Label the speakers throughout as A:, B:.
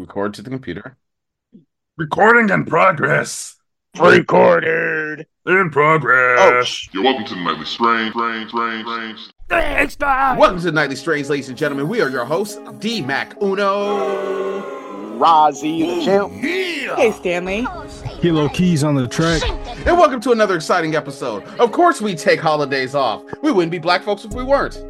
A: record to the computer.
B: Recording in progress.
C: Recorded.
B: In
C: Oh,
B: progress.
C: sh-
D: You're welcome to the nightly strain, strain, strain, strain.
A: Welcome to the Nightly Strains, ladies and gentlemen. We are your hosts, D Mac Uno.
C: Rozzy the champ.
A: Oh.
E: Hey, Stanley.
F: Kilo Keys on the track.
A: And welcome to another exciting episode. Of course, we take holidays off. We wouldn't be black folks if we weren't.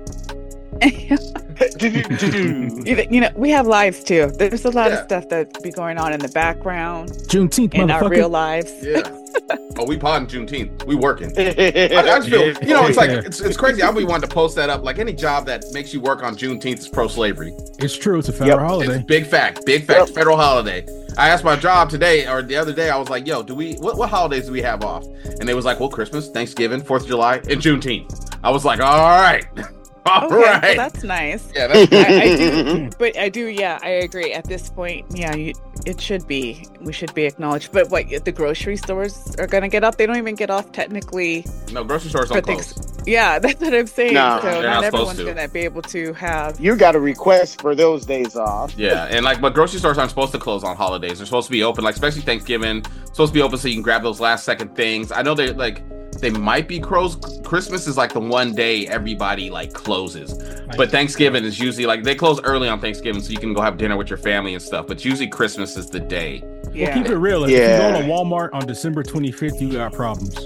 C: Do-do-do-do.
E: You, you know, we have lives too. There's a lot
A: Yeah.
E: of stuff that be going on in the background
F: Juneteenth,
E: in our real
F: motherfucker.
E: lives.
A: Yeah. oh, we potting Juneteenth. We working. I, I just feel, you know, it's like, it's, it's crazy. I'll be wanting to post that up. Like any job that makes you work on Juneteenth is pro slavery.
F: It's true. It's a federal
A: It's a
F: holiday.
A: big fact. Big fact. Federal holiday. I asked my job today or the other day. I was like, "Yo, do we what, what holidays do we have off?" And they was like, "Well, Christmas, Thanksgiving, Fourth of July, and Juneteenth." I was like, "All right, all right,
E: Okay, well, that's nice.
A: yeah, that's,
E: But I do, yeah, I agree. At this point, yeah, you, it should be. We should be acknowledged. But what the grocery stores are going to get off? They don't even get off technically.
A: no grocery stores
E: For
A: don't
E: things-
A: close."
E: Yeah, that's what I'm saying.
C: No.
E: so
A: They're not supposed
E: not everyone's
A: to.
E: going to be able to have.
C: You got a request for those days off.
A: Yeah, and like, but grocery stores aren't supposed to close on holidays. They're supposed to be open, like especially Thanksgiving, supposed to be open so you can grab those last second things. I know they like they might be closed. Christmas is like the one day everybody like closes, but Thanksgiving is usually like they close early on Thanksgiving so you can go have dinner with your family and stuff. But usually Christmas is the day.
E: Yeah.
F: Keep it real. If
C: Yeah.
F: you go to Walmart on December 25th, you got problems.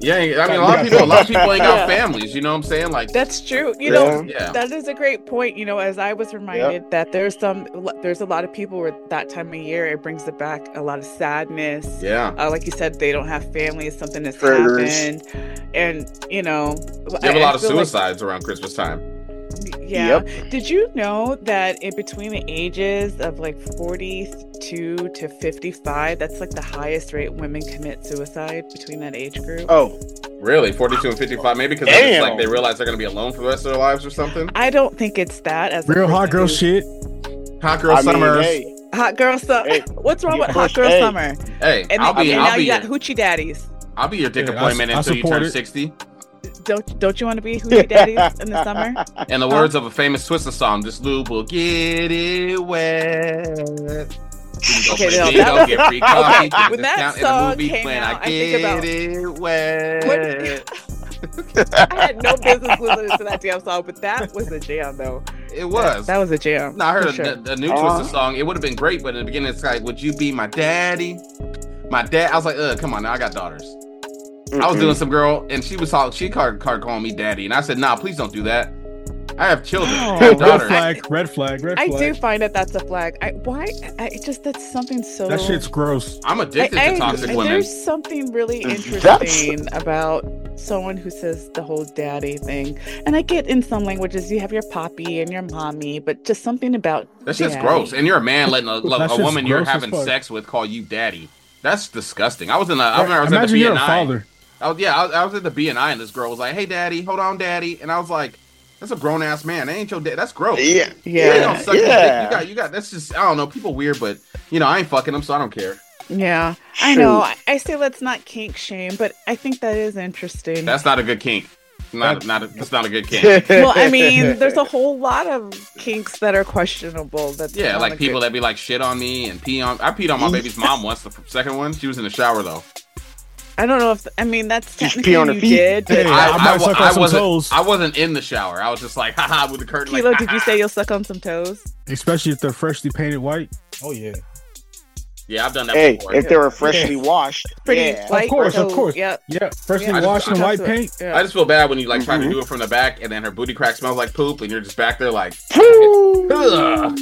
A: Yeah, I mean a lot of people, a lot of people ain't got families. You know what I'm saying? Like,
E: That's true. You know,
A: yeah,
E: That is a great point. You know, as I was reminded that there's some, there's a lot of people where that time of year it brings it back a lot of sadness.
A: yeah.
E: Uh, like you said, they don't have families. Something has
C: Triggers.
E: happened, and you know,
A: You have a
E: I-
A: lot
E: I
A: of
E: feel like-
A: suicides around Christmas time.
E: yeah. Did you know that in between the ages of like 42 to 55, that's like the highest rate women commit suicide between that age group?
C: Oh,
A: Really, 42 and 55, maybe because it's
C: Damn.
A: like they realize they're gonna be alone for the rest of their lives or something.
E: I don't think it's that. As a
F: Real
E: person
F: hot girl
E: who-
F: shit.
A: Hot girl
C: I mean,
A: summers.
C: hey,
E: Hot girl summer.
C: Hey,
E: What's wrong
C: you
E: with hot
C: push-
E: girl
C: hey.
E: summer?
A: Hey,
E: And
A: I'll
E: then,
A: be,
E: and now
A: I'll be,
E: you
A: your,
E: got hoochie daddies.
A: I'll be your dick
F: Yeah, I
A: appointment
F: su- I
A: until you
F: support
A: turn
F: it.
A: sixty.
E: Don't don't you want to be hoochie daddies in the summer?
A: In
E: Oh.
A: the words of a famous Twister song, "This lube will get it wet." You can go
E: Okay,
A: play
E: now
A: bingo,
E: that-
A: get free coffee, get
E: when that
A: discount in
E: song
A: a movie
E: came
A: plan.
E: out,
A: I
E: I think
A: get
E: about-
A: it wet.
E: I had no business listening to that damn song, but that was a jam though.
A: It was.
E: That was a jam.
A: No, I heard
E: for
A: a,
E: sure.
A: the, the new
C: Uh-huh.
A: Twister song. It would have been great, but in the beginning, it's like, "Would you be my daddy?" My dad. I was like, "Ugh, come on, now I got daughters." I was doing some girl, and she was talking. She card card calling me daddy, and I said, "Nah, please don't do that. I have children, I
F: Oh,
A: have
F: red
A: daughters."
F: flag. Red flag. Red
E: I
F: flag.
E: do find that that's a flag. I why I it just that's something so
F: That shit's gross.
A: I'm addicted
E: I-
A: to
E: I-
A: toxic
E: I-
A: women.
E: There's something really
C: That's-
E: interesting about someone who says the whole daddy thing. And I get in some languages you have your poppy and your mommy, but just something about
A: That shit's
E: daddy.
A: gross. And you're a man letting a,
F: That
A: a
F: shit's
A: woman you're
F: gross as
A: having
F: fuck.
A: sex with call you daddy. That's disgusting. I was in the. I, remember I was at the
F: Imagine
A: BNI.
F: you're a father.
A: I was, yeah, I was, I was at the BNI, and this girl was like, "Hey, daddy, hold on, daddy," and I was like, "That's a grown ass man. That ain't your dad. That's gross."
C: Yeah.
E: Yeah.
A: You don't
E: Yeah.
A: suck his dick.
C: Yeah.
A: You got, you got. That's just, I don't know. People weird, but you know, I ain't fucking them, so I don't care.
E: I know. I, I say let's not kink shame, but I think that is interesting.
A: That's not a good kink. Not,
F: That-
A: not. A, that's not a good kink.
C: Shoot.
E: well, I mean, there's a whole lot of kinks that are questionable. That's
A: Yeah,
E: not
A: like
E: a
A: people
E: good-
A: that be like shit on me and pee on. I peed on my baby's mom once. The second one, she was in the shower though.
E: I don't know if I mean that's
C: You should
E: technically
C: pee on
E: you
C: her feet.
E: did. But
F: Hey, I,
A: I-
F: might
A: I wa-
F: suck
A: I
F: on some
A: wasn't-
F: toes,
A: I wasn't in the shower. I was just like, haha, with the curtain.
E: Kilo,
A: like, "Ah,
E: did you
A: "Haha."
E: say you'll suck on some toes?
F: especially if they're freshly painted white. Oh yeah.
A: Yeah, I've done that
C: hey,
A: before.
C: if they were freshly washed,
E: Pretty
C: yeah.
E: light.
F: course, of
E: so-
F: course.
E: Yep.
F: Yeah, freshly
E: Yeah.
F: washed in
E: Talk
F: white
E: to it.
F: paint.
E: Yeah.
A: I just feel bad when you like try to
C: Mhm.
A: do it from the back, and then her booty crack smells like poop, and you're just back there like, Ugh.
C: Woo!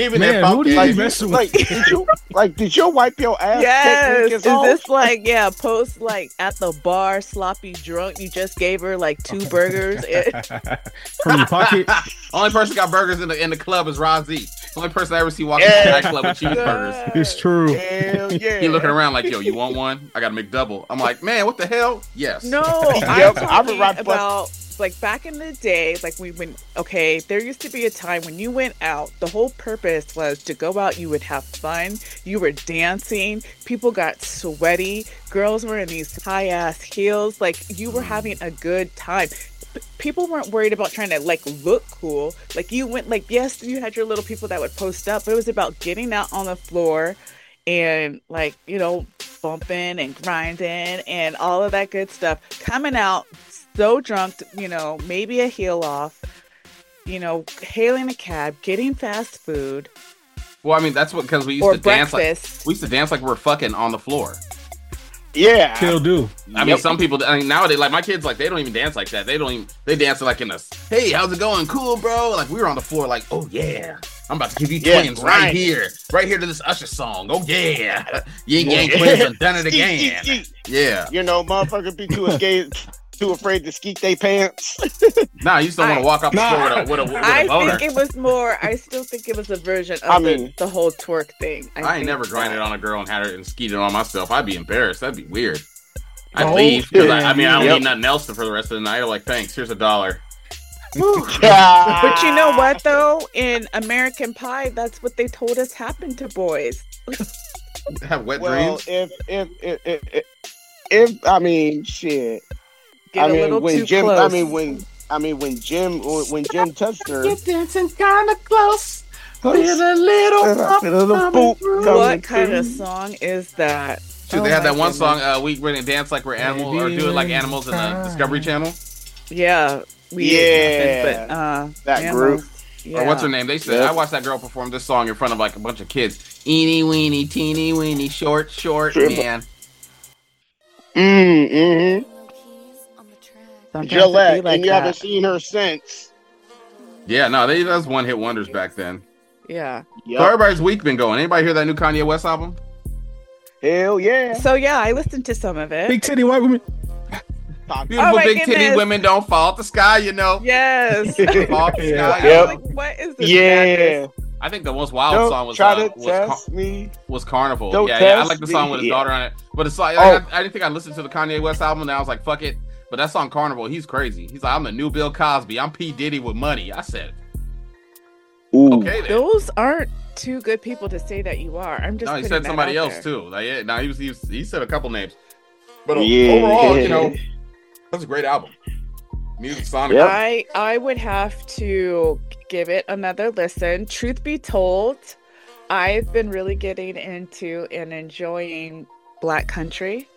A: even
F: Man,
A: if I'm
F: who do you
A: gay,
C: Like,
F: messing
C: like, did you like? Did you wipe your ass?
E: Yes.
C: technique
E: Is
C: Is off?
E: this like yeah, post like at the bar, sloppy drunk? You just gave her like two burgers. It-
F: From your pocket.
A: Only person got burgers in the in the club is Ron Z. Only person I ever see walking
C: Yeah.
A: to the nightclub with cheeseburgers.
F: It's true.
C: Hell yeah!
A: He looking around like, yo, you want one? I got a McDouble. I'm like, man, what the hell? Yes.
E: No,
C: Yep,
E: I'm
C: I would
E: talking
C: ride bus-
E: about like back in the day, like we went. Okay, there used to be a time when you went out. The whole purpose was to go out. You would have fun. You were dancing. People got
C: Mm.
E: sweaty. Girls were in these high ass heels. Like you were having a good time. people weren't worried about trying to like look cool. Like you went like yes, you had your little people that would post up, but it was about getting out on the floor and like, you know, bumping and grinding and all of that good stuff. Coming out so drunk, you know, maybe a heel off, you know, hailing a cab, getting fast food
A: Well, I mean, that's what because we used
E: or
A: to dance like
E: breakfast.
A: we used to dance like we're fucking on the floor.
C: Yeah.
F: Still do.
A: I mean, some people. I mean, nowadays, like my kids, like they don't even dance like that. They don't even. They dance like in a Hey, how's it going? Cool, bro. Like we were on the floor, like, oh yeah, I'm about to give you
C: Yeah,
A: twins
C: right.
A: right here, right here to this Usher song. Oh yeah, Yin Yang
C: Yeah.
A: twins and done it
C: Skeet,
A: again.
C: skeet, skeet.
A: Yeah.
C: You know, motherfucker be too afraid, too afraid to skeet they pants.
A: Nah, you still want
E: I-
A: to walk off the
F: Nah.
A: floor with a, with a, with a
E: I
A: boner.
E: think it was more. I still think it was a version of
C: I
E: the,
C: mean-
E: the whole twerk thing.
A: I ain't
E: think
A: never
E: that-
A: grinded on a girl and had her and skeeted on myself. I'd be embarrassed. That'd be weird. I'd
F: Oh,
A: leave. 'cause I,
F: yeah,
A: I mean, I don't
C: yeah.
A: need nothing else for the rest of the night. I'm like, thanks. Here's a dollar.
E: But
C: but
E: you know what though? In American Pie, that's what they told us happened to boys.
A: Have wet
C: Well,
A: dreams.
C: if if if, if, if if I mean shit,
E: Get
C: I
E: a
C: mean
E: little
C: when
E: too
C: Jim,
E: close.
C: I mean when I mean when Jim when Jim touched her,
A: dancing kind of close.
C: Little, boop coming
E: what kind of
C: through.
E: song is that?
A: Shoot,
E: Oh
A: they had that
E: my
A: one
E: goodness.
A: song, uh, we went and dance like we're animals or do it like animals in the Discovery Channel.
E: Yeah, we
C: Yeah.
E: but uh,
C: That
E: yeah,
C: group.
E: Yeah.
A: Or what's her name? They said
C: Yeah.
A: I watched that girl perform this song in front of like a bunch of kids. Eeny weeny, teeny weeny, short, short,
C: Sure, but-
A: man.
C: Mm, mm-hmm.
E: Sometimes it be
C: Gillette,
E: like
C: and you
E: that.
C: haven't seen her since.
A: Yeah, no, they that's one hit wonders back then.
E: Yeah.
A: So
C: Yup.
A: everybody's week been going. Anybody hear that new Kanye West album?
C: Hell yeah.
E: So yeah, I listened to some of it.
F: Big titty white women.
A: Beautiful
E: my
A: big titty
E: goodness.
A: women don't fall out the sky, you know.
E: Yes.
A: Fall out the sky.
E: I
C: Yep.
E: was like, what is this?
C: Yeah.
A: I think the most wild song
C: Don't
A: was
C: try
A: uh,
C: to
A: was, Car-
C: test me.
A: was Carnival.
C: Don't
A: yeah, yeah, I
C: test
A: like the song
C: me.
A: with his daughter on it. But it's like,
C: Oh.
A: I, I didn't think I listened to the Kanye West album, and I was like, fuck it. But that song Carnival, he's crazy. He's like, I'm the new Bill Cosby. I'm P Diddy with money. I said,
C: Ooh.
A: okay. Then.
E: Those aren't two good people to say that you are. I'm just.
A: No, he
E: putting
A: said
E: that
A: somebody
E: out
A: else
E: there.
A: too. Like, yeah, no, he was, he was he said a couple names. But o-
C: Yeah.
A: overall, you know, that's a great album. Music Sonic.
C: Yep.
E: I I would have to give it another listen. Truth be told, I've been really getting into and enjoying Black Country.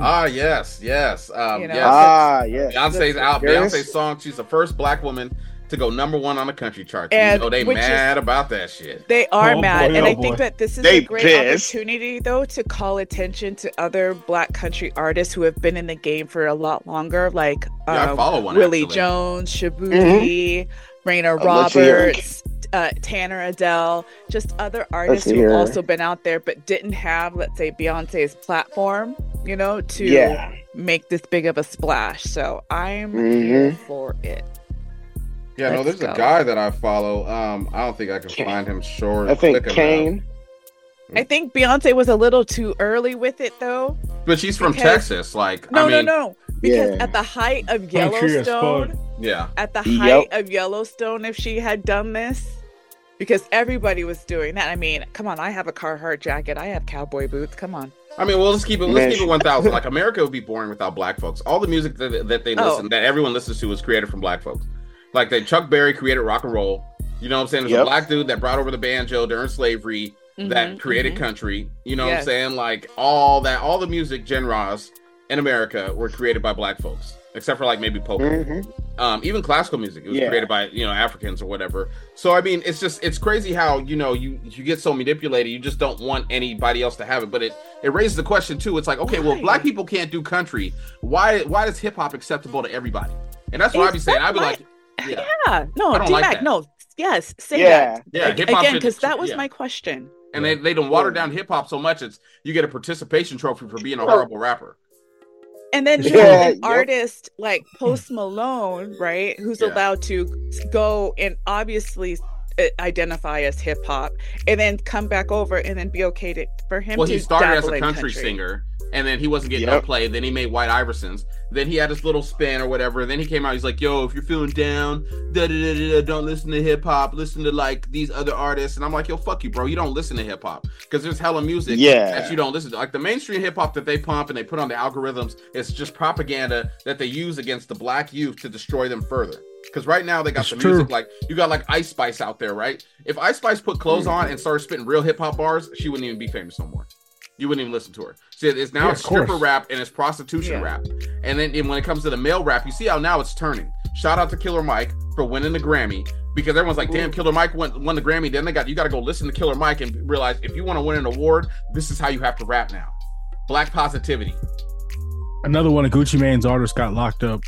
A: Ah, yes, yes, um,
E: You know,
A: yes.
C: Ah, yes.
A: Beyonce's out.
C: Yes.
A: Beyonce's song. She's the first black woman to go number one on the country chart. You
E: And-
A: know they
E: which is-
A: mad about that shit.
E: They are
F: Oh
E: mad,
F: boy,
E: and
F: oh
E: I think
F: boy.
E: that this is
C: They
E: a great
C: pissed.
E: opportunity, though, to call attention to other Black Country artists who have been in the game for a lot longer, like
A: Yeah, I
E: um,
A: follow one.
E: Willie
A: actually. Mm-hmm.
E: Jones, Shabuzi, Raina
C: let's hear it.
E: Roberts, uh, Tanner Adele, just other artists who've
C: hear it.
E: also been out there but didn't have, let's say, Beyonce's platform, you know, to
C: Yeah.
E: make this big of a splash. So I'm
A: Mm-hmm.
C: Mhm.
E: here for it.
A: Yeah, no,
E: Let's
A: there's a
E: go.
A: guy that I follow. Um, I don't think I can find him short.
C: I think
A: quick enough.
C: Kane.
E: I think Beyonce was a little too early with it, though.
A: but she's from
E: because-
A: Texas. Like,
E: No,
A: I mean,
E: no, no. Because
C: Yeah.
E: at the height of
F: Country as
E: Yellowstone,
F: fuck.
A: yeah,
E: at the
C: Yep.
E: height of Yellowstone if she had done this because everybody was doing that. I mean, come on, I have a Carhartt jacket, I have cowboy boots. Come on.
A: I mean, well, let's keep it. Let's
C: Man.
A: keep it one thousand. Like, America would be boring without black folks. All the music that, that they
E: Oh.
A: listen, that everyone listens to, was created from black folks. Like, they Chuck Berry created rock and roll. You know what I'm saying? There's a
C: Yep.
A: black dude that brought over the banjo during slavery. that created country. You know what I'm
E: Mm-hmm, Yes.
A: saying? Like all that, all the music genres in America were created by black folks, except for like maybe polka.
C: Mhm.
A: Um, even classical music it was
C: Yeah.
A: created by you know Africans or whatever. So I mean, it's just it's crazy how you know you you get so manipulated. You just don't want anybody else to have it. But it it raises the question too. It's like okay, well, if
E: Why?
A: black people can't do country. Why why is hip hop acceptable to everybody? And that's what I'd be
E: It's
A: saying.
E: not
A: I'd be
E: like-
A: like, yeah,
E: Yeah. No,
A: I don't
E: D
A: like
E: Mac,
A: that.
E: no. Yes, say
C: Yeah.
E: that.
A: yeah.
E: Like,
A: hip-hop
E: again,
A: should-
E: because that was
A: yeah.
E: my question.
A: and they, they don't water down hip hop so much. It's you get a participation trophy for being a horrible rapper.
E: And then you
C: Yeah,
E: have an
C: yep.
E: artist like Post Malone, right, who's
A: Yeah.
E: allowed to go and obviously uh, identify as hip hop and then come back over and then be okay to, for him
A: Well,
E: to
A: he started as
E: dabble
A: a
E: in
A: country, singer, and then he wasn't getting
C: Yep.
A: no play. Then he made White Iversons. Then he had his little spin or whatever. Then he came out. He's like, "Yo, if you're feeling down, da da da da, don't listen to hip hop. Listen to like these other artists." And I'm like, "Yo, fuck you, bro. You don't listen to hip hop because there's hella music
C: Yeah.
A: that you don't listen to. Like the mainstream hip hop that they pump and they put on the algorithms, it's just propaganda that they use against the black youth to destroy them further." Because right now they got
F: It's
A: the
F: true.
A: music like you got like Ice Spice out there, right? If Ice Spice put clothes
F: Hmm.
A: on and started spitting real hip hop bars, she wouldn't even be famous no more. You wouldn't even listen to her. See, it's now
F: Yeah,
A: it's
F: of course.
A: stripper rap and it's prostitution
E: Yeah.
A: rap. And then and when it comes to the male rap, you see how now it's turning. Shout out to Killer Mike for winning the Grammy because everyone's like, damn, Killer Mike won, won the Grammy. Then they got you got to go listen to Killer Mike and realize if you want to win an award, this is how you have to rap now. Black positivity.
F: Another one of Gucci Mane's artists got locked up.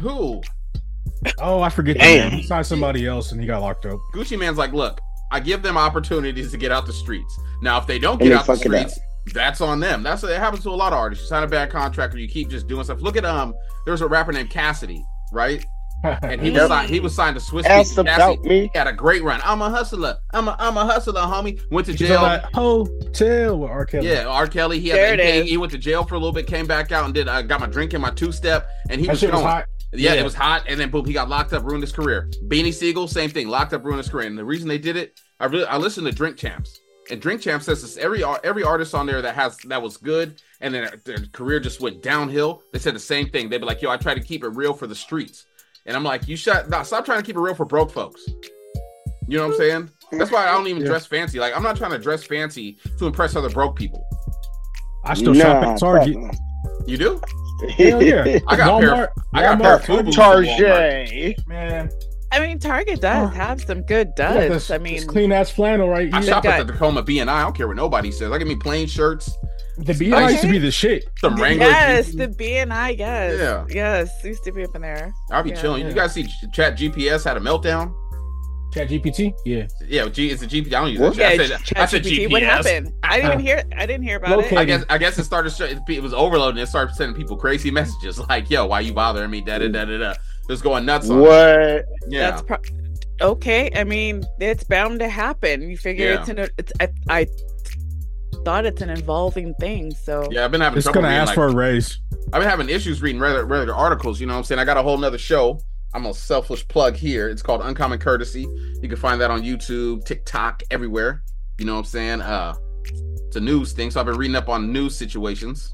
A: Who?
F: Oh, I forget the
C: Damn.
F: name. He signed somebody else and he got locked up.
A: Gucci Man's like, look, I give them opportunities to get out the streets. Now, if they don't get
C: And they
A: out the
C: fuck it up.
A: streets, that's on them. That's what it happens to a lot of artists. You sign a bad contract or you keep just doing stuff. Look at um, there's a rapper named Cassidy, right? And he was
C: Yep.
A: signed, he was signed to Swiss Beats.
C: Ask
A: Cassidy
C: about me.
A: had a great run. I'm a hustler. I'm a I'm a hustler, homie. Went to
F: He's on
A: jail.
F: that hotel with R. Kelly.
A: Yeah, R. Kelly. He had
E: There
A: the
E: it
A: thing.
E: is.
A: He went to jail for a little bit, came back out and did. I got my drink in my two step, and he
F: that
A: was
F: shit was
A: going.
F: hot.
A: Yeah,
F: Yeah.
A: it was hot, and then boom, he got locked up, ruined his career. Beanie Siegel, same thing, locked up, ruined his career. And the reason they did it, I really I listened to Drink Champs, and Drink Champs says this every ar- every artist on there that has that was good, and then their career just went downhill. They said the same thing. They'd be like, "Yo, I try to keep it real for the streets," and I'm like, "You shut, nah, stop trying to keep it real for broke folks." You know what I'm saying? That's why I don't even
F: Yeah.
A: dress fancy. Like I'm not trying to dress fancy to impress other broke people.
F: I still shop at Target.
A: You do?
F: Hell yeah.
A: I got a pair of-
F: Walmart.
A: I got a pair of
F: Walmart.
A: Fubu from Walmart.
C: Target.
F: Man,
E: I mean, Target does
F: Oh.
E: have some good
F: you got
E: duds.
F: this-
E: I
F: this
E: mean,
F: clean ass flannel right
A: I
F: here.
A: shop at
E: got-
A: the Tacoma B and I. I don't care what nobody says. I give me plain shirts,
F: The BI used to be the shit.
A: some Wrangler.
E: yes, the BNI, yes,
A: Yeah.
E: yes, used to be up in there.
A: I'll be
E: Yeah.
A: chilling. You guys see Ch- Chat GPS had a meltdown?
F: Chat GPT. Yeah.
A: Yeah, G it's a GPT. I don't use
C: What?
A: that. shit. I said, I said
E: ChatGPT,
A: GPS.
E: What happened? I didn't
F: Uh,
E: even hear. I didn't hear about
F: locate-
E: it.
A: I guess I guess it started. sh- It was overloading. It started sending people crazy messages like, "Yo, why you bothering me?" Da da da da da. Just going nuts. On it.
C: What?
A: Yeah.
E: That's pro- okay. I mean, it's bound to happen. You figure
A: Yeah.
E: it's an. It's, I, I thought it's an evolving thing. So
A: yeah, I've been having
F: It's
A: trouble
F: gonna
A: reading,
F: ask
A: like,
F: for a raise.
A: I've been having issues reading regular, regular articles. You know what I'm saying? I got a whole nother show. I'm a selfish plug here. It's called Uncommon Courtesy. You can find that on YouTube, TikTok, everywhere. You know what I'm saying? Uh, it's a news thing. So I've been reading up on news situations.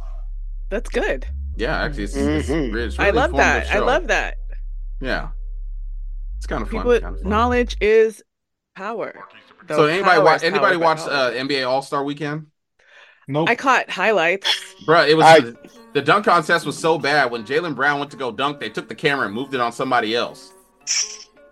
E: that's good.
A: Yeah, actually, it's, it's,
C: Mhm.
A: it's
E: I
A: really
E: love that.
A: informative
E: I
A: show.
E: love that.
A: Yeah, it's kind of fun.
E: People,
A: kind of fun.
E: knowledge is power. though.
A: so anybody
E: Power
A: watch
E: is
A: anybody
E: power, but
A: watch uh,
E: knowledge-
A: NBA All Star Weekend?
F: Nope.
E: I caught highlights.
A: Bruh, it was
C: I-
A: the, dunk contest was so bad when Jalen Brown went to go dunk, they took the camera and moved it on somebody else.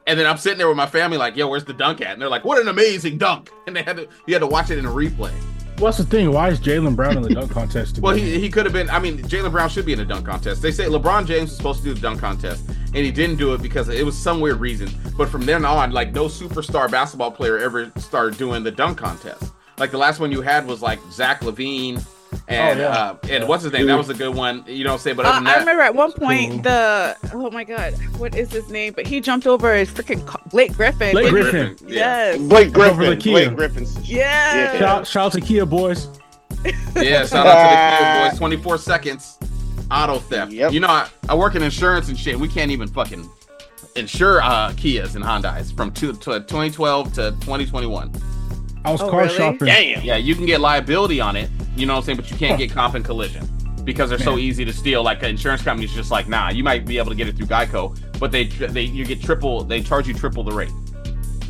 A: And then I'm sitting there with my family, like, "Yo, where's the dunk at?" And they're like, "What an amazing dunk!" And they had to you had to watch it in a replay.
F: What's the thing? Why is Jalen Brown in the dunk contest?
A: Well, he, he could have been. I mean, Jalen Brown should be in a dunk contest. They say LeBron James was supposed to do the dunk contest, and he didn't do it because it was some weird reason. But from then on, like no superstar basketball player ever started doing the dunk contest. Like the last one you had was like Zach Levine. And
F: Oh, yeah.
A: uh, and what's his name? That was a good one. You know what I'm saying? But other
E: Uh,
A: than
E: I
A: that,
E: remember at one
F: Cool.
E: point the oh my god, what is his name? But he jumped over his freaking co- Blake Griffin. Blake-
F: Blake Griffin.
A: Yeah.
E: Yes.
C: Blake
F: Over
C: Griffin.
F: the key.
C: Blake Griffin's.
E: Yes.
F: shout, shout out to Kia boys.
A: Yeah, shout out to the kid boys. 24 seconds. Auto theft.
C: Yep.
A: You know, I, I work in insurance and shit. We can't even fucking insure uh Kias and Hondas from two, to 2012 to 2021.
F: I was
E: Oh,
F: car
E: really?
F: shopping.
C: Damn.
A: Yeah, you can get liability on it, you know what I'm saying, but you can't get comp and collision because they're so
F: Man.
A: easy to steal. Like insurance companies just like, nah, you might be able to get it through Geico, but they they you get triple, they charge you triple the rate.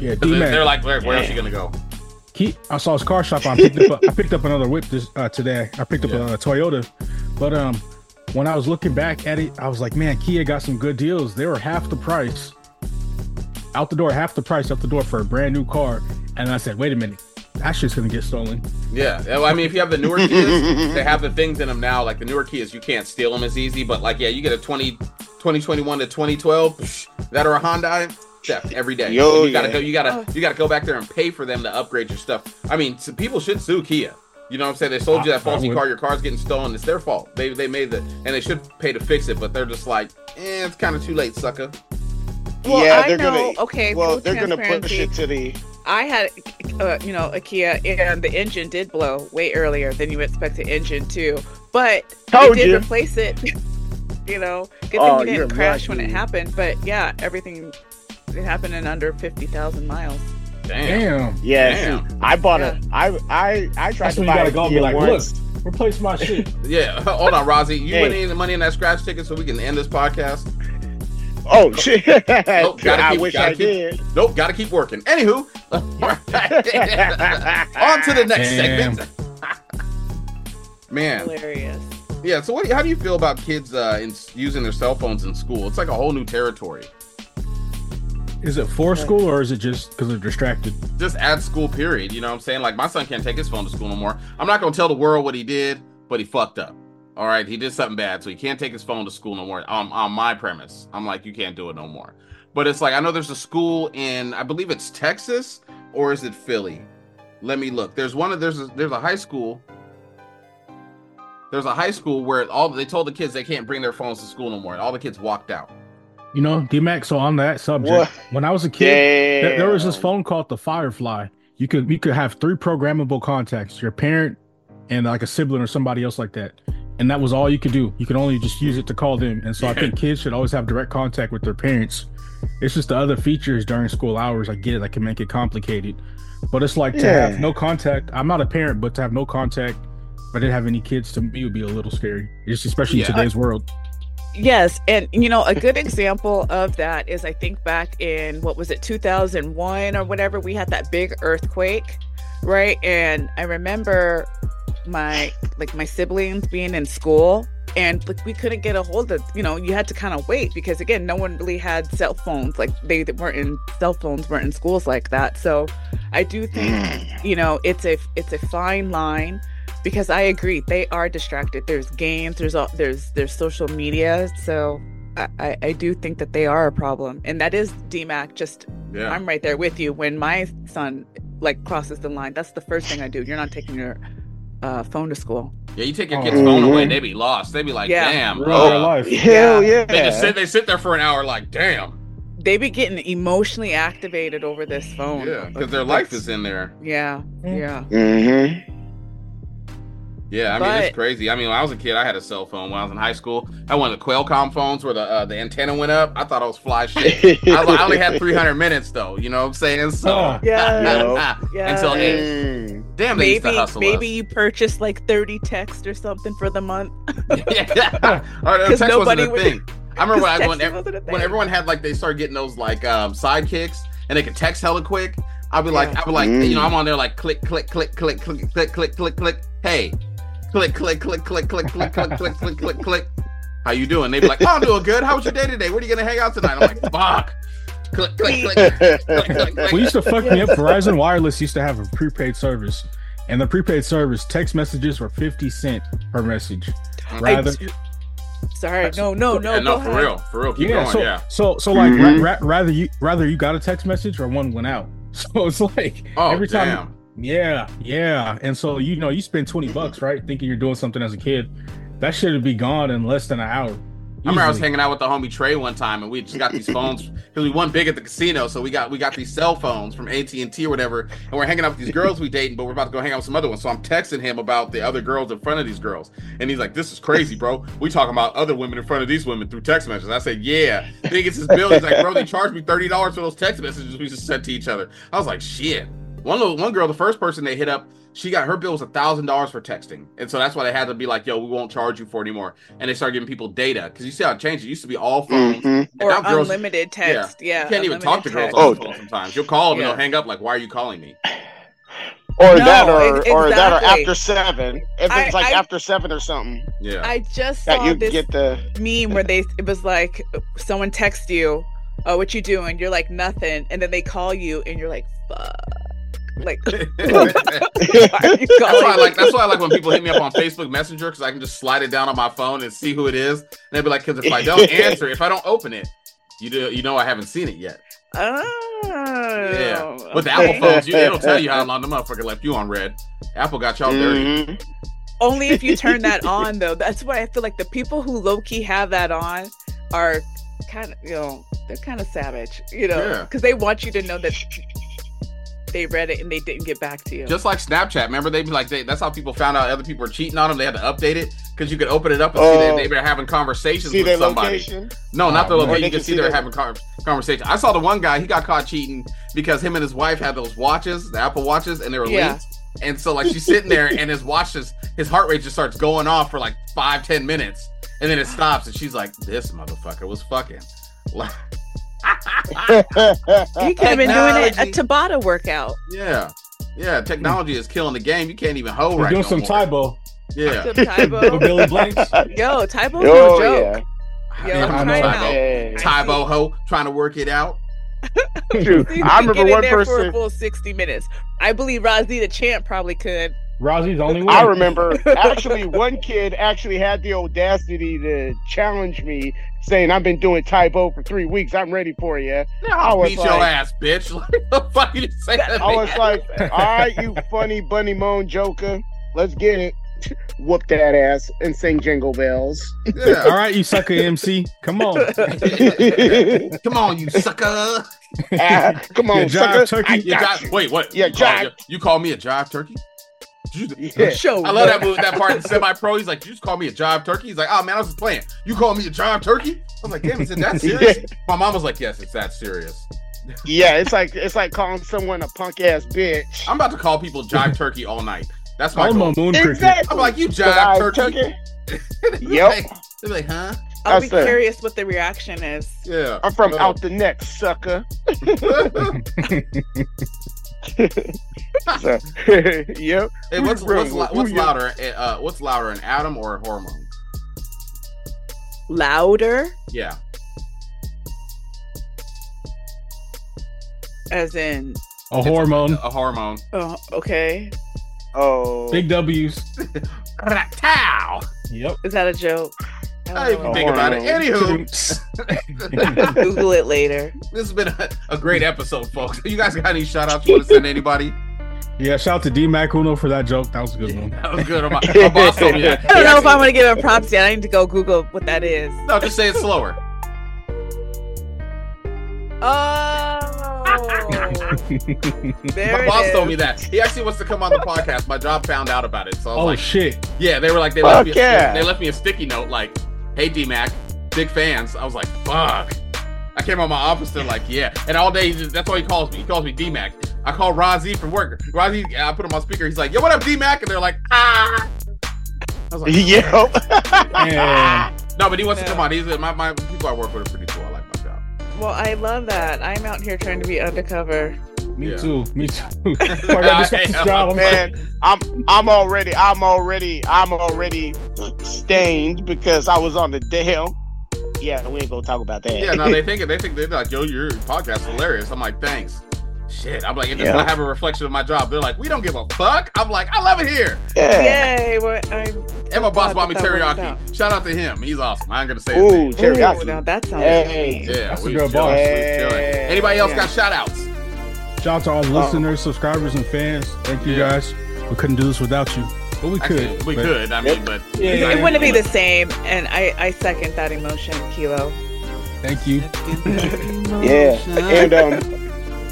F: Yeah,
A: 'Cause
F: D
A: they- They're
F: man.
A: like, where, where else you
C: Damn.
A: gonna go?
F: He, I saw his car shop. I picked up. I picked up another whip this uh, today. I picked up
A: Yeah.
F: a Toyota, but um, when I was looking back at it, I was like, man, Kia got some good deals. They were half the price, out the door, half the price, out the door for a brand new car. And I said, wait a minute, that shit's gonna get stolen.
A: Yeah, well, I mean, if you have the newer Kias, they have the things in them now. Like the newer Kias, you can't steal them as easy. But like, yeah, you get a 20, 2021 to twenty twelve that are a Hyundai theft every day.
C: Yo,
A: you gotta
C: yeah.
A: go. You gotta you gotta go back there and pay for them to upgrade your stuff. I mean, so people should sue Kia. You know what I'm saying? They sold you
F: I-
A: that faulty
F: I would.
A: car. Your car's getting stolen. It's their fault. They they made the and they should pay to fix it. But they're just like, eh, it's kind of too late, sucker.
E: Well,
C: yeah,
E: I
C: they're
E: know.
C: gonna.
E: okay.
C: well,
E: full
C: they're gonna push
E: transparency.
C: it to the.
E: I had, uh, you know, a Kia, and the engine did blow way earlier than you would expect the engine to. But
C: Told
E: they did
C: you.
E: replace it. you know, good thing
C: Oh,
E: we
C: you're
E: didn't crash when it
C: lucky.
E: happened. But yeah, everything it happened in under fifty thousand miles.
A: Damn.
F: Damn.
C: Yeah,
A: Damn.
C: see, I bought a. I I I tried
F: That's
C: to
F: when you
C: buy
F: gotta
C: a
F: go and
C: Kia
F: be like,
C: once.
F: Replace my shit.
A: Yeah. Hold on, Rozzy. You
C: Hey.
A: went in the money in that scratch ticket so we can end this podcast.
C: Oh shit!
A: gotta
C: I
A: keep-
C: wish
A: gotta
C: I
A: keep-
C: did.
A: Nope, gotta keep working. Anywho, on to the next
F: Damn.
A: segment. Man,
E: Hilarious.
A: yeah. So, what? do you- How do you feel about kids uh, in, using their cell phones in school? It's like a whole new territory.
F: Is it for school or is it just because they're distracted?
A: just at school period. You know what I'm saying? Like my son can't take his phone to school no more. I'm not gonna tell the world what he did, but he fucked up. All right, he did something bad, so he can't take his phone to school no more. Um, on my premise, I'm like, you can't do it no more. But it's like I know there's a school in, I believe it's Texas or is it Philly? Let me look. There's one of there's a, there's a high school. There's a high school where all they told the kids they can't bring their phones to school no more, and all the kids walked out.
F: You know, DMAX, so on that subject,
C: What?
F: when I was a kid,
C: Yeah.
F: There, there was this phone called the Firefly. You could you could have three programmable contacts: your parent and like a sibling or somebody else like that. And that was all you could do. You could only just use it to call them. And so I think kids should always have direct contact with their parents. It's just the other features during school hours. I get it. I can make it complicated, but it's like to
C: Yeah.
F: have no contact. I'm not a parent, but to have no contact. If I didn't have any kids, to me would be a little scary. Just especially
A: Yeah.
F: in today's world.
E: Yes, and you know a good example of that is I think back in what was it 2001 or whatever we had that big earthquake, right? And I remember my like my siblings being in school and like we couldn't get a hold of you know you had to kind of wait because again no one really had cell phones like they that weren't in cell phones weren't in schools like that so i do think you know it's a it's a fine line because i agree they are distracted there's games there's all there's there's social media so I, I, I do think that they are a problem. And that is DMAC. Just,
A: Yeah.
E: I'm right there with you. When my son like crosses the line, that's the first thing I do. You're not taking your uh, phone to school.
A: Yeah, you take your
F: Oh.
A: kid's phone away,
C: Mhm.
A: they be lost. They be like,
E: Yeah.
A: damn.
F: Real
A: uh,
F: life.
C: Hell Oh, yeah!
A: They just sit. They sit there for an hour, like, damn.
E: They be getting emotionally activated over this phone.
A: Yeah, because their life is in there.
E: Yeah,
F: Mm.
E: yeah.
C: Mm-hmm.
A: Yeah, I mean,
E: But-
A: it's crazy. I mean, when I was a kid, I had a cell phone. When I was in high school, I had one of the Qualcomm phones where the uh, the antenna went up. I thought I was fly shit. I, was like, I only had 300 minutes though. You know what I'm saying? So
F: Oh.
E: Yeah. Yeah.
A: until eight.
C: Mm.
A: Damn, they used to
E: Maybe
A: hustle
E: maybe you purchased like 30 texts or something for the month.
A: us. yeah. Or the
E: 'Cause
A: text wasn't
E: nobody
A: a
E: would-
A: thing. I remember when I when, ev-
E: everyone,
A: when everyone had like they started getting those like um sidekicks and they could text hella quick. I'd be like,
E: Yeah.
A: I'd be like,
C: Mm.
A: you know, I'm on there like click, click, click, click, click, click, click, click, click. Hey, click, click, click, click, click, click, click, click, click, click, click. How you doing? They'd be like, oh, I'm doing good. How was your day today? Where are you gonna hang out tonight? I'm like, fuck. Click, click, click, click, click, click.
F: Well, used to fuck me up. Verizon Wireless used to have a prepaid service, and the prepaid service text messages were fifty cent per message. Rather,
E: Sorry, no, no, no.
A: yeah, no,
E: go
A: for
E: ahead.
A: real, for real. Keep
F: yeah,
A: going.
F: so,
A: yeah.
F: so so like
C: Mhm.
F: ra- ra- rather you rather you got a text message or one went out. So it's like
A: Oh,
F: every time-
A: damn.
F: yeah yeah, and so you know you spend twenty bucks right thinking you're doing something as a kid, that shit would be gone in less than an hour.
A: I remember I was
F: Easily.
A: hanging out with the homie Trey one time, and we just got these phones because we won big at the casino, so we got we got these cell phones from AT and T or whatever, and we're hanging out with these girls we dating, but we're about to go hang out with some other ones. So I'm texting him about the other girls in front of these girls, and he's like, "This is crazy, bro. We talking about other women in front of these women through text messages." I said, "Yeah." Then he gets his bill. He's like, "Bro, they charged me thirty dollars for those text messages we just sent to each other." I was like, "Shit." One little, one girl, the first person they hit up, she got her bill was a thousand dollars for texting, and so that's why they had to be like, "Yo, we won't charge you for it anymore." And they started giving people data because you see how it changed. It used to be all phones.
C: Mhm.
A: And
E: Or
A: now girls-
E: unlimited text. Yeah.
A: you can't even talk to girls
E: unlimited
A: on the
C: text.
A: phone sometimes. You'll call them
E: Yeah.
A: and they'll hang up. Like, why are you calling me?
C: Or
E: No,
C: that, or
E: ex-
C: or that, or
E: exactly.
C: after seven. If
E: I-
C: it's like
E: I-
C: after seven or something,
A: Oh. Yeah.
E: I just
C: that
E: saw
C: you
E: this
C: get the
E: meme where they it was like someone texts you, "Oh, what you doing?" You're like nothing, and then they call you, and you're like, "Fuck!" Like, oh
A: that's
E: why are you calling?
A: why I like. That's why I like when people hit me up on Facebook Messenger because I can just slide it down on my phone and see who it is. And they'd be like, "Because if I don't answer, if I don't open it, you do, you know I haven't seen it yet."
E: Oh,
A: Yeah. With the
E: okay.
A: Apple phones, you, it'll tell you how long the motherfucker left you on red. Apple got y'all dirty.
C: Mhm.
E: Only if you turn that on, though. That's why I feel like the people who low key have that on are kind of you know they're kind of savage, you know,
A: Yeah.
E: because they want you to know that they read it and they didn't get back to
C: Mm-hmm.
E: you.
A: Just like Snapchat, remember they'd be like, they, that's how people found out other people were cheating on them. They had to update it because you could open it up and see
C: Oh.
A: that they were having conversations
C: See
A: with
C: their
A: somebody.
C: location.
A: No, not the
F: Oh,
A: location.
C: man.
A: You
C: They
A: can see they're having con- conversation. I saw the one guy. He got caught cheating because him and his wife had those watches, the Apple watches, and they were
E: Yeah.
A: linked. And so, like, she's sitting there, and his watch just his heart rate just starts going off for like five, ten minutes, and then it stops, and she's like, "This motherfucker was fucking." Like,
E: Ah, He could have been Uh, doing it a
A: Technology.
E: Tabata workout.
A: yeah, yeah. Technology is killing the game. You can't even hoe
F: We're
A: right
F: doing
A: no
F: some
A: more.
F: Tybo
A: Yeah,
E: Some Tybo.
F: with Billy Blanks.
E: Yo, Tybo's no
C: oh
E: joke.
C: yeah.
E: Yo,
A: Yeah,
F: I
E: I'm
F: know.
E: trying
A: Tybo.
E: out.
C: Hey.
A: Tybo hoe trying to work it out.
C: Dude,
E: See,
C: I
E: we could
C: remember
E: get in
C: one
E: there for a
C: person.
E: full sixty minutes. I believe Rozzy the champ probably could.
F: Rousey's the only one.
C: I remember actually one kid actually had the audacity to challenge me, saying, "I've been doing Tybo for three weeks. I'm ready for you." I was
A: Beat
C: like,
A: your ass, bitch. Like, the fuck you say that?
C: I
A: man?
C: was like, "All right, you funny bunny moan joker, let's get it." Whoop that ass and sing jingle bells.
A: Yeah.
F: All right, you sucker MC. Come on.
A: Come on, you sucker.
C: Ah, come on,
F: Your job,
C: sucker.
F: turkey.
C: I
A: You
C: got
A: jive-
C: you.
A: wait, what?
C: Yeah,
A: you call,
C: jive.
A: you, you call me a jive turkey? Did you-
C: Yeah.
E: Show.
A: I love that move, that part in semi pro. He's like, you just call me a jive turkey. He's like, oh man, I was just playing. You call me a jive turkey? I'm like, damn, is it that serious? My mom was like, yes, it's that serious.
C: Yeah, it's like it's like calling someone a punk ass bitch.
A: I'm about to call people jive turkey all night. That's my
F: I'm
A: goal.
F: a moon cricket.
C: exactly.
A: I'm like, you jive
C: Jive
A: turkey.
C: turkey? Yep.
A: They're like, huh?
E: I'll be
C: That's it.
E: curious what the reaction is.
A: Yeah.
C: I'm from
A: Uh,
C: out the neck, sucker. So, yep.
A: hey, what's what's, lou- what's
C: Ooh, yeah.
A: louder? Uh, what's louder, an atom or a hormone?
E: Louder,
A: Yeah.
E: as in,
F: A hormone.
A: A hormone.
E: oh, okay.
C: Oh.
F: Big W's.
A: Tow.
F: Yep.
E: Is that a joke?
A: I didn't even
E: don't
A: think about it. Anywho,
E: know. Google it later.
A: this has been a, a great episode, folks. You guys got any shout outs you want to send anybody?
F: Yeah, shout out to D Mac Uno for that joke. That was a good one.
A: That was good. My, my boss told me that.
E: I don't know if I'm gonna give him props yet. I need to go Google what that is.
A: No, just say it slower.
E: Oh, there
A: My
E: it
A: boss
E: is.
A: told me that. He actually wants to come on the podcast. My job found out about it. So I was
F: Oh
A: like,
F: shit!
A: yeah, they were like, they left,
C: Fuck
A: me a,
C: yeah.
A: they left me a sticky note like, hey, D Mac, big fans. I was like, fuck. I came on my office, they're like, yeah. And all day, he just, that's all he calls me. He calls me D Mac. I call Ron Z from work. Ron Z, I put him on speaker. He's like, yo, what up, D Mac? And they're like, ah. I was like,
C: Yep.
F: And
A: No, but he wants to
E: No.
A: come on. He's my, my people I work with are pretty cool. I like my job.
E: Well, I love that. I'm out here trying to be undercover.
F: me
A: Yeah.
F: too. Me too. Before I got this
A: I am
F: job, I'm like,
C: Man, I'm I'm already I'm already I'm already stained because I was on the Dale. Yeah, we ain't gonna talk about that.
A: Yeah, no, they think it. They think they're like, yo, your podcast is hilarious. I'm like, thanks. Shit, I'm like, it does
C: Yeah.
A: not have a reflection of my job. They're like, we don't give a fuck. I'm like, I love it here.
C: yeah.
E: Yay! Well, I'm,
A: And my boss
E: Glad
A: bought me
E: that that worked
A: teriyaki. Shout out to him. He's awesome. I'm gonna say his
C: Ooh,
A: name.
E: ooh,
C: teriyaki.
E: now that sounds
C: Hey.
E: yummy.
A: Yeah,
F: That's a
A: we
F: good
A: was
F: boss.
A: chilling, we was chilling.
C: Yeah.
A: Anybody else
E: Yeah.
A: got shout outs?
F: shout out to all the listeners, subscribers, and fans. Thank you
A: Yeah.
F: guys. We couldn't do this without you, but we could.
A: Actually, we
F: but-
A: could. I mean, but
F: Yeah, yeah,
E: It
F: yeah.
E: wouldn't be the same, and I, I second that emotion, Kilo.
F: Thank you.
C: Yeah.
A: Oh,
C: And um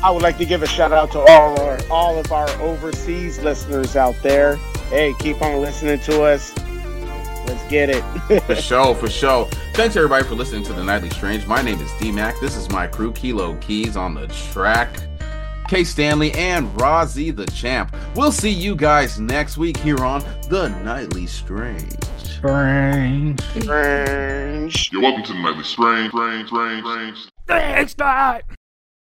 C: I would like to give a shout out to all our all of our overseas listeners out there. Hey, keep on listening to us. Let's get it.
A: for sure, for sure. Thanks everybody for listening to the Nightly Strange. My name is D Mac. This is my crew, Kilo Keys on the track. K Stanley and Rozzy the Champ. We'll see you guys next week here on The Nightly Strange.
F: Strange.
C: Orange.
D: You're welcome to the nightly strange, strange, strange, strange.
G: Thanks, bye.